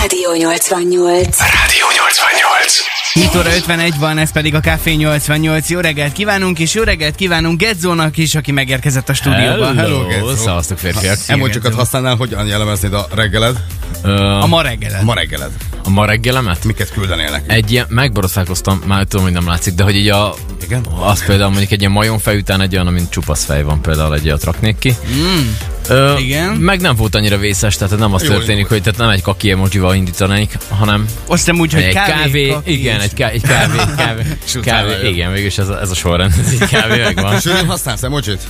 Rádió 88. Rádió 88. 7 óra 51 van, ez pedig a Café 88. Jó reggelt kívánunk, és jó reggelt kívánunk Gedzónak is, aki megérkezett a stúdióba. Hello, Hello, szavaztok férfiak. Emocsokat használnál, hogyan jellemeznéd a reggeled? A ma reggelet. Ma reggeled. A ma reggelemet? Miket küldenél nekünk? Egy ilyen, megborosálkoztam, már tudom, hogy nem látszik, de hogy így a... Igen? Az például mondjuk egy ilyen majomfej után egy olyan, amint csupasz fej van például, egy olyat raknék ki. Ö, Igen. Meg nem volt annyira vészes, tehát nem az Jó, történik, jó. hogy tehát nem egy kaki emojival indítanék, hanem Azt hiszem úgy, hogy egy kávé. kávé, kaki igen, és- egy, ká, egy kávé, kávé, utána kávé, jön. igen, végülis ez a, ez a sorrend, ez így kávé megvan. Sőt, használsz emocsit?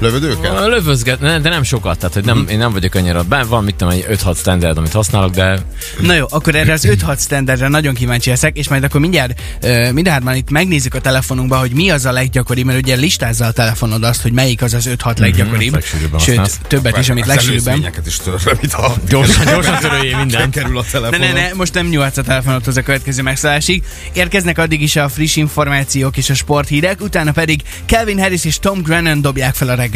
Lövödőkkel? Lövözget, ne- de nem sokat, tehát hogy nem, én nem vagyok annyira, bár van mit tudom, egy 5-6 standard, amit használok, de Na jó, akkor erre az 5-6 standardra nagyon kíváncsi leszek, és majd akkor mindjárt ö, mindhárman itt megnézzük a telefonunkba, hogy mi az a leggyakoribb, mert ugye listázza a telefonod azt, hogy melyik az az 5-6 leggyakoribb. Mhm, legsűrűbben használsz. Sőt, többet is, amit Az legsűrűbben. előzményeket is törlöm itt a... gyorsan, gyorsan törőjé mindent. Kerül a Ne, telefonon. ne, ne, most nem nyújtsz a telefonodhoz a következő megszállásig. Érkeznek addig is a friss információk és a sporthírek, utána pedig Calvin Harris és Tom Grennan dobják fel a reggelünk.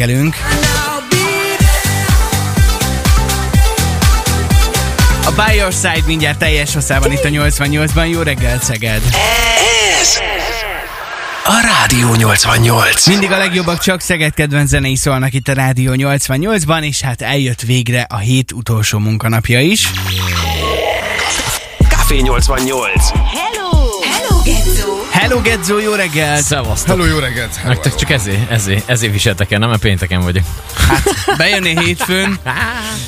A By Your Side mindjárt teljes hosszában itt a 88-ban. Jó reggelt, Szeged! Ez a Rádió 88. Mindig a legjobbak csak Szeged kedvenc zenei szólnak itt a Rádió 88-ban, és hát eljött végre a hét utolsó munkanapja is. Café 88. Hello! Hello, Gezzó! Hello Gedzo, jó reggelt! Szevasztok. Hello, jó reggelt! Hello. Nektek csak ezért, ezért, ezért viseltek el, nem, mert pénteken vagyok. Bejönné hétfőn,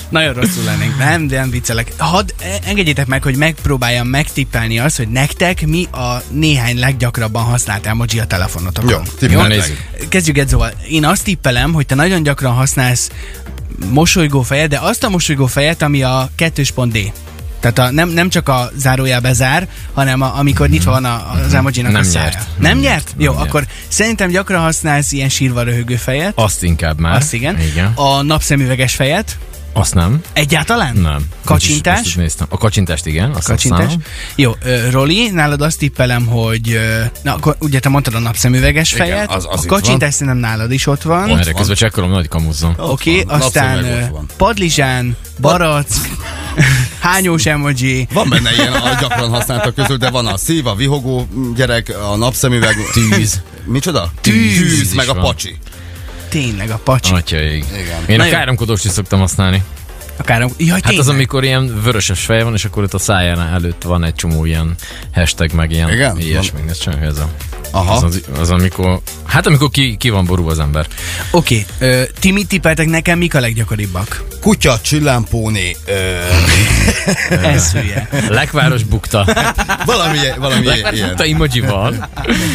nagyon rosszul lennénk, nem, de nem viccelek. Hadd e- engedjétek meg, hogy megpróbáljam megtippelni azt, hogy nektek mi a néhány leggyakrabban használt emoji a telefonotokon. Jó, tippelj nézzük. meg. Kezdjük Edzóval. Én azt tippelem, hogy te nagyon gyakran használsz mosolygó fejet, de azt a mosolygó fejet, ami a kettős pont D. Tehát a, nem, nem csak a zárójelbe zár, hanem a, amikor nyitva van a, az emoji Nem a szája. nyert. Nem nyert? Jó, nyert. akkor szerintem gyakran használsz ilyen sírva röhögő fejet. Azt inkább már. Azt igen. igen. A napszemüveges fejet. Azt nem. Egyáltalán? Nem. Most is- most Kacsintás? is néztem. A kacsintást igen, azt Kacsintás. Hát használom. Jó, ö, Roli, nálad azt tippelem, hogy... ö, Na, akkor ugye te mondtad a napszemüveges Igen, fejet. az- a az itt kacsintás szerintem nálad is ott van. Erre közben csekkolom, nagy kamuzzom. Oké, van, aztán napszemüveg ö, ott van. padlizsán, barack, hányós emoji, Van benne ilyen a gyakran használtak közül, de van a szív, a vihogó gyerek, a napszemüveg. Tűz. Micsoda? Tűz Tűz, is meg a van. pacsi. tényleg a pacsi. Atyaig. Igen. Én Na a jó. káromkodóst is szoktam használni. Hát Akár, jaj, tényleg. az, amikor ilyen vöröses fej van, és akkor ott a száján előtt van egy csomó ilyen hashtag, meg ilyen Igen? ilyesmi. Ez csak ez a... Aha. Az, az, az, amikor... Hát amikor ki, ki van ború az ember. Oké, ö, ti mit tippeltek nekem, mik a leggyakoribbak? Kutya, csillámpóni, ö, Ez hülye. Lekváros bukta. valami, valami Lekváros ilyen. bukta emoji van.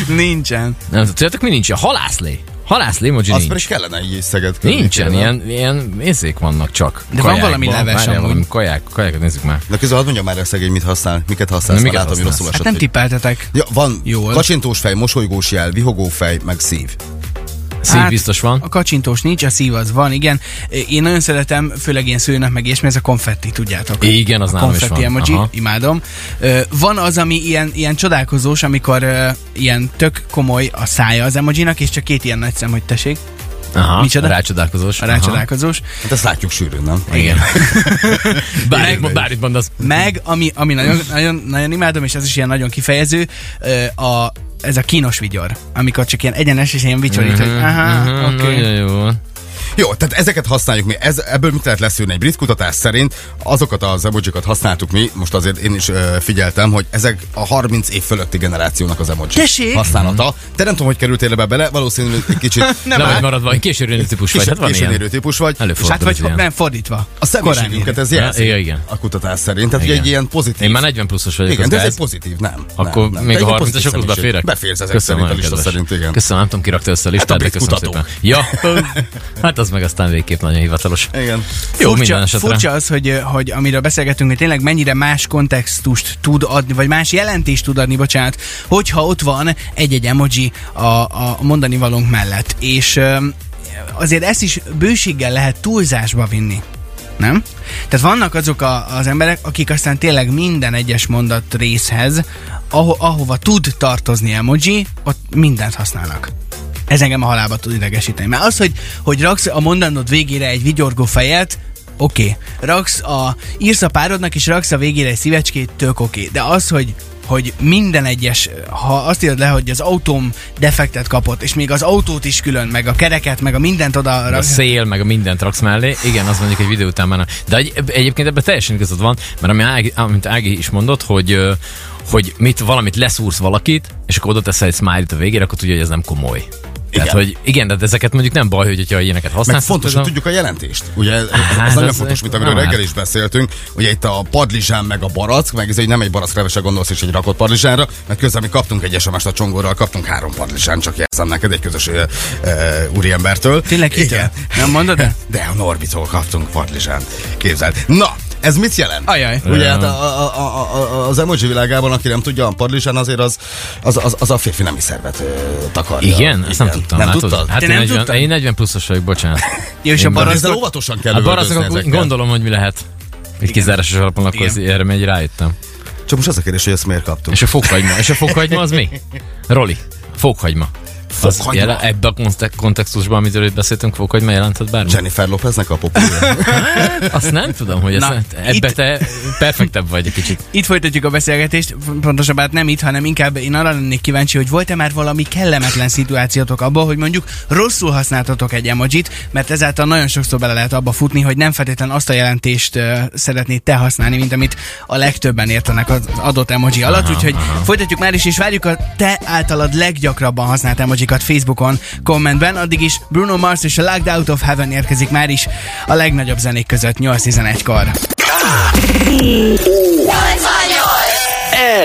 Nincsen. Nem, tudjátok mi nincs? A halászlé. Halászlé emoji Az nincs. pedig kellene így Szeged környékére, Nincsen, nem? ilyen, ilyen észék vannak csak. De van valami leves várjál, amúgy. valami Kaják, kajákat nézzük már. Na közben hadd mondjam már el szegény, mit használ, miket Na, használsz, Na, miket miket látom, hogy használsz? rosszul Hát esett. nem hogy- tippeltetek. Ja, van Jól. kacsintós fej, mosolygós jel, vihogó fej, meg szív. Hát, Szív biztos van. A kacsintós nincs, a szív az van, igen. Én nagyon szeretem, főleg ilyen szőnök meg ilyesmi, ez a konfetti, tudjátok. Igen, az a nálam is konfetti van. emoji, Aha. imádom. Ö, Van az, ami ilyen, ilyen csodálkozós, amikor ö, ilyen tök komoly a szája az emojinak, és csak két ilyen nagy szem, hogy tessék, Aha, Micsoda? Rácsodálkozós. a rácsodálkozós. Hát ezt látjuk sűrűn, nem? Aha. Igen. bármit, bármit mondasz. Meg, ami, ami nagyon, nagyon, nagyon imádom, és ez is ilyen nagyon kifejező, ö, a, ez a kínos vigyor, amikor csak ilyen egyenes és ilyen vicsorít, hogy aha, Mhm, oké. Nagyon jó. volt. Jó, tehát ezeket használjuk mi. Ez, ebből mit lehet leszűrni? Egy brit kutatás szerint azokat az emojikat használtuk mi, most azért én is ö, figyeltem, hogy ezek a 30 év fölötti generációnak az emoji Tessék! használata. Te nem tudom, hogy kerültél ebbe bele, valószínűleg egy kicsit... Nem vagy maradva, egy későrőnő típus vagy. Kis, Hát van későn ilyen. érő típus vagy. Előfordul. És Hát hát vagy Ilyen. nem, fordítva. a személyiségünket ez Ja, jelzi ja, igen. a kutatás szerint. Tehát Igen. egy ilyen pozitív... Én már 40 pluszos vagyok. Igen, az de ez gáz. egy pozitív, nem. Akkor nem, nem. még Te a egy 30 pozitív as okozba személyiség. férek? Beférsz ezek Köszönöm, szerint a nagyon lista kedves. szerint, igen. Hát Köszönöm, nem tudom, ki rakta össze a listát, de brit köszönöm szépen. kutatók. Ja, hát az meg aztán végképp nagyon hivatalos. Igen. Jó, furcsa, minden esetre. furcsa az, hogy, ö, hogy amiről beszélgetünk, hogy tényleg mennyire más kontextust tud adni, vagy más jelentést tud adni, bocsánat, hogyha ott van egy-egy emoji a, a mondani valónk mellett. És öm, azért ezt is bőséggel lehet túlzásba vinni. Nem? Tehát vannak azok a, az emberek, akik aztán tényleg minden egyes mondat részhez, aho, ahova tud tartozni emoji, ott mindent használnak. Ez engem a halálba tud idegesíteni. Mert az, hogy, hogy raksz a mondanod végére egy vigyorgó fejet, oké. Okay. Raksz a, írsz a párodnak, és raksz a végére egy szívecskét, tök oké. Okay. De az, hogy hogy minden egyes, ha azt írod le, hogy az autóm defektet kapott, és még az autót is külön, meg a kereket, meg a mindent oda A raksz. hát- szél, meg a mindent raksz mellé. Igen, az mondjuk egy videó után már nem. De egy, egyébként ebben teljesen igazad van, mert ami Ági, amit Ági is mondott, hogy ö, hogy mit, valamit leszúrsz valakit, és akkor oda teszel egy smile a végére, akkor tudja, hogy ez nem komoly. Igen. Tehát, Igen. hogy igen, de ezeket mondjuk nem baj, hogy, hogyha ilyeneket Meg használsz. fontos, hogy akkor- tudjuk a jelentést. Ugye ez, Hát, ez nagyon az- fontos, mint amiről nem reggel árt. is beszéltünk. Ugye itt a padlizsán meg a barack, meg ez, hogy nem egy barackleveset gondolsz és egy rakott padlizsánra, mert közben mi kaptunk egy sms a csongorral, kaptunk három padlizsán, csak jelzem neked egy közös uh, uh, úriembertől. Tényleg Igen. kitől? Nem mondod el? De a Norbitól kaptunk padlizsánt. Képzeld. Na, ez mit jelent? Ajaj. Ugye hát a, a, a, a, a, az emoji világában, aki nem tudja, a padlizsán azért az, az, az, az a férfi nemi szervet ö, takarja. Igen, ezt nem tudtam. Nem látod? tudtad? Hát Te én, nem 40, tudtad? én 40 pluszos vagyok, bocsánat. Hát Jó, és a Én barát- Ezzel óvatosan kell A üldözni barazakok ezekkel. gondolom, hogy mi lehet. Egy kizárásos alapon, akkor Igen. az- erre még rájöttem. Csak most az a kérdés, hogy ezt miért kaptuk. És a fokhagyma. És a fokhagyma az mi? Roli, fokhagyma. Az Fokhagyma? jele, ebbe a kontek- kontextusban, amiről itt beszéltünk, fokhagyma jelenthet bármi? Jennifer Lopeznek a populja. Azt nem tudom, hogy Na, ezt, ebbe itt- te perfektebb vagy egy kicsit. Itt folytatjuk a beszélgetést, pontosabban hát nem itt, hanem inkább én arra lennék kíváncsi, hogy volt-e már valami kellemetlen szituációtok abban, hogy mondjuk rosszul használtatok egy emojit, mert ezáltal nagyon sokszor bele lehet abba futni, hogy nem feltétlenül azt a jelentést uh, szeretnéd te használni, mint amit a legtöbben értenek az adott emoji alatt, úgyhogy folytatjuk már is, és várjuk a te általad leggyakrabban használt emojikat Facebookon, kommentben, addig is Bruno Mars és a Locked Out of Heaven érkezik már is a legnagyobb zenék között 8-11-kor.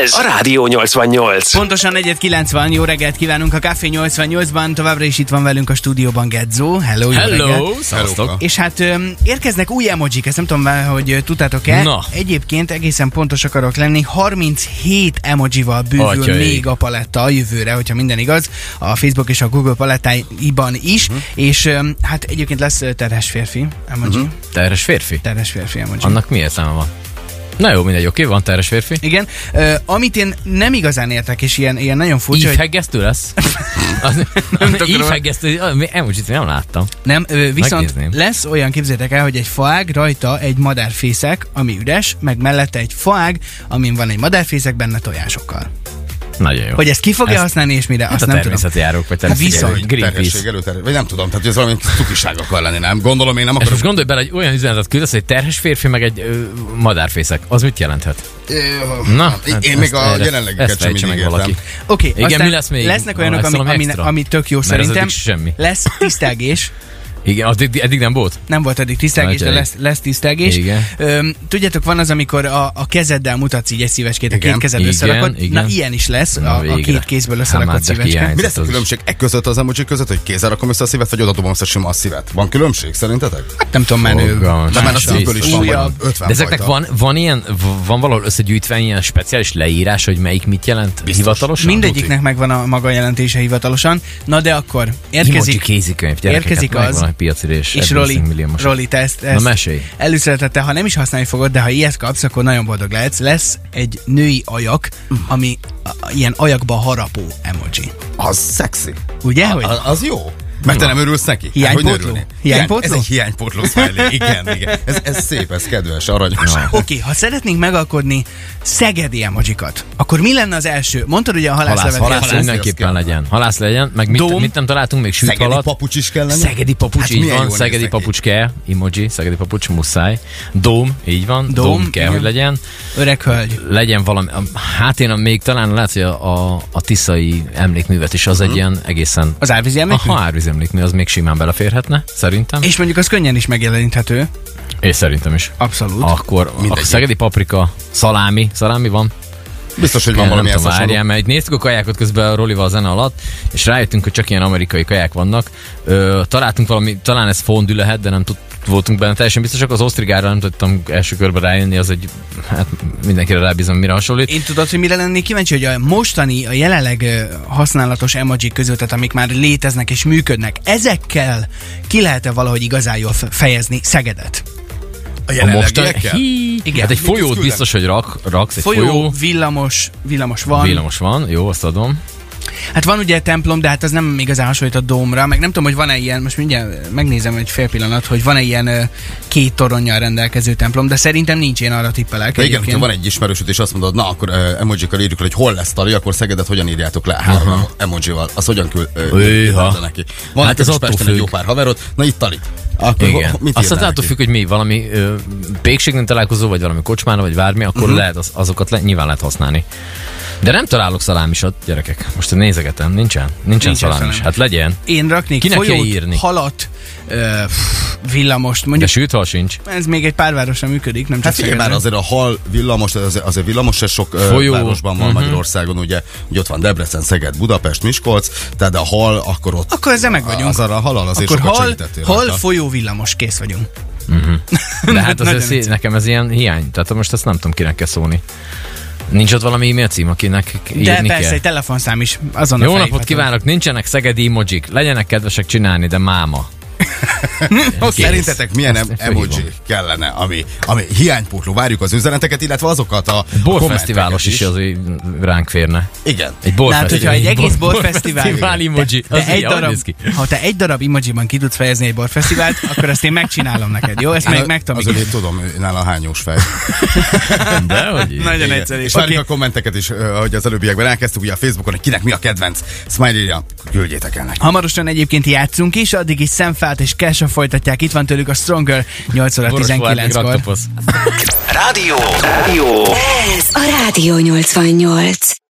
Ez a Rádió 88. Pontosan 4.90, jó reggelt kívánunk a Café 88-ban, továbbra is itt van velünk a stúdióban Gedzó. Hello, jó reggelt. Hello, Hello. szavaztok. És hát öm, érkeznek új emojik, ezt nem tudom, vá- hogy ö, tudtátok-e. Na. Egyébként egészen pontos akarok lenni, 37 emojival bővül Atyai. még a paletta a jövőre, hogyha minden igaz, a Facebook és a Google palettáiban is, Mhm. uh-huh. és öm, hát egyébként lesz ö, terhes férfi emoji, uh-huh. Terhes férfi. terhes férfi emoji. Mhm. Annak mi értelme van? Na jó, mindegy, oké, van terhes férfi. Igen, ö, amit én nem igazán értek, és ilyen, ilyen nagyon furcsa, hogy Ívhegesztő lesz? Az- Ívhegesztő, ah, mi- emojit nem láttam. Nem, ö, viszont Megnézném. lesz olyan, képzétek el, hogy egy faág, rajta egy madárfészek, ami üres, meg mellette egy faág, amin van egy madárfészek benne tojásokkal. Nagyon jó. Hogy ezt ki fogja Ezt- használni és mire, azt Hát a nem tudom. természetjárók, vagy viszont természetjárók. Greenpeace. Terhesség előter, vagy nem tudom, tehát ez valami cukiság akar lenni, nem? Gondolom én nem És akarok. most gondolj bele, hogy olyan üzenetet küldesz, hogy terhes férfi, meg egy ö, madárfészek. Az mit jelenthet? Na, Na, hát én még ezt a erre- jelenlegiket ezt sem fejtse mindig meg valaki. értem. Oké, Igen, aztán mi lesz még? lesznek Na, olyanok, lesz ami, valami ami, extra? ami tök jó Mert az szerintem. eddig semmi. Lesz tisztelgés. Igen, addig, eddig nem volt. Nem volt eddig tisztelgés, de Nagy lesz, lesz tisztelgés. Igen. Öm, tudjátok, van az, amikor a, a kezeddel mutatsz így egy szívecskét, a Igen. két kezed Igen, összerakod. Na, igen. ilyen is lesz, Na, a, a végre. két kézből Hát összerakott már de szívecske. hiány. Mi lesz a az- különbség e között az emoji között, hogy kézzel rakom össze a szívet, vagy oda dobom össze sima a szívet? Van különbség szerintetek? Nem tudom, menő. Fogalmam De már a sincs. szívből is van Újabb. vagy 50 De ezeknek fajta. van, van ilyen, v- van valahol összegyűjtve ilyen speciális leírás, hogy melyik mit jelent Biztos. hivatalosan? Mindegyiknek megvan a maga jelentése hivatalosan. Na de akkor Emoji érkezik. kézikönyv, gyerekek, érkezik hát az, megvan a piacirés, És ebből Roli, leszünk milliómosok. Roli, te ezt, ezt mesélj. előszeretettel, ha nem is használni fogod, de ha ilyet kapsz, akkor nagyon boldog lehetsz. Lesz egy női ajak, ami a, a- ilyen ajakba harapó emoji. Hát, Az szexi. Ugye, hogy? A- Az jó. Mert te nem örülsz neki? Hiánypótló? Hát, hogy ne örülnél? Hiánypótló? Ez egy hiánypótló smiley. Igen, igen. Ez, ez szép, ez kedves, aranyos. Oké, okay, ha szeretnénk megalkodni szegedi emojikat, akkor mi lenne az első? Mondtad ugye a Halász, halászlevet. halász, halász, mindenképpen halász. legyen. Halász legyen, meg mit, Dóm. mit nem találtunk még sült Szegedi halat. papucs is kell lenni? Szegedi papucs, Hát így milyen van, jól szegedi néznek papucs kell, emoji, szegedi papucs muszáj. Dóm, így van, dóm, Dóm, dóm kell, igen. hogy legyen. Öreg hölgy. Legyen valami, hát én még talán lehet, hogy a, a, a tiszai emlékművet is az egy ilyen egészen... Az árvízi emlékmű? Aha, árvíz emlékmű, az még simán beleférhetne, szerintem. És, És mondjuk az könnyen is megjeleníthető. és szerintem is. Abszolút. Akkor a szegedi paprika, szalámi, szalámi van? Biztos, hogy Van van nem valami tudom, hasonló. várjál, mert így néztük a kajákat közben a Rolival a zene alatt, és rájöttünk, hogy csak ilyen amerikai kaják vannak. Ö, találtunk valami, talán ez fondű lehet, de nem tud, voltunk benne teljesen biztosak. Az osztrigára nem tudtam első körben rájönni, az egy, hát mindenkire rábízom, mire hasonlít. Én tudod, hogy mire lennék kíváncsi, hogy a mostani, a jelenleg ö, használatos emoji között, tehát amik már léteznek és működnek, ezekkel ki lehet-e valahogy igazán jól fe- fejezni Szegedet? A mostani... jelenlegiekkel? Hí, Igen. igen, hát egy folyót küldem? biztos, hogy rak, raksz, egy Folyó, folyó. villamos, villamos van. Villamos van, jó, azt adom. Hát van ugye templom, de hát az nem igazán hasonlít a dómra, meg nem tudom, hogy van-e ilyen, most mindjárt megnézem egy fél pillanat, hogy van-e ilyen ö, két toronnyal rendelkező templom, de szerintem nincs, én arra tippelek. De igen, egyébként. hogyha van egy ismerősöd, és azt mondod, na akkor uh, emojikkal írjuk, le, hogy hol lesz tali, akkor Szegedet hogyan írjátok le három emojival. Az hogyan küld Őha. uh, neki. Van Hát hát ez ez attól Pesten egy jó függ. pár haverod, na itt tali. Akkor Igen. ho- mit Azt hát írnál attól neki? függ, hogy mi, valami ö, pékségnél találkozó, vagy valami kocsmára, vagy bármi, akkor uh-huh. lehet az, azokat le, nyilván lehet használni. De nem találok szalámisat, gyerekek. Most nézegetem, nincsen. Nincsen, Nincsen szalámis. szalámis. Hát legyen. Én raknék Kinek kell folyót, írni? halat, ö, pff, villamost, De mondjuk sült hal sincs. ez még egy pár városra működik, nem csak Hát figyelj már, Szegeden. azért a hal villamos, azért, azért villamos se sok Folyó. Folyó. Mhm. városban van Magyarországon, ugye, ugye ott van Debrecen, Szeged, Budapest, Miskolc, tehát a hal, akkor ott... Akkor ezzel meg vagyunk. Az arra a halal azért Akkor sokat hal, segítettél hal, rajta. folyó, villamos, kész vagyunk. De hát Nagyon azért szé- vicces. nekem ez ilyen hiány. Tehát most ezt nem tudom, kinek kell szólni. Nincs ott valami e-mail cím, akinek De írni persze, kell. egy telefonszám is azon Jó napot kívánok, nincsenek szegedi emojik. Legyenek kedvesek csinálni, de máma. Okay. Szerintetek milyen Azt em- én fölhívom. emoji kellene, ami, ami hiánypótló? Várjuk az üzeneteket, illetve azokat a Borfesztiválos is, kommenteket is az, hogy ránk férne. Igen. Egy borfesztivál. Lát, hát, hogyha egy egész borfesztivál, borfesztivál emoji, de, az de egy így, ahogy darab, néz ki. ha te egy darab emojiban ki tudsz fejezni egy borfesztivált, akkor ezt én megcsinálom neked, jó? Ezt még Hát Az megtanuljuk. övé tudom, ő- nála a hányós fej. De, hogy így. Nagyon Igen. egyszerű. És Oké. várjuk a kommenteket is, ö, ahogy az előbbiekben elkezdtük, ugye a Facebookon, hogy kinek mi a kedvenc. Smiley-ja, küldjétek el nekünk. Hamarosan egyébként játszunk is, addig is szemfát és Kesha folytatják. Itt van tőlük a Stronger 8 óra Boros Várdik 19-kor. Raktoposz. Rádió. Rádió. Ez a Rádió 88.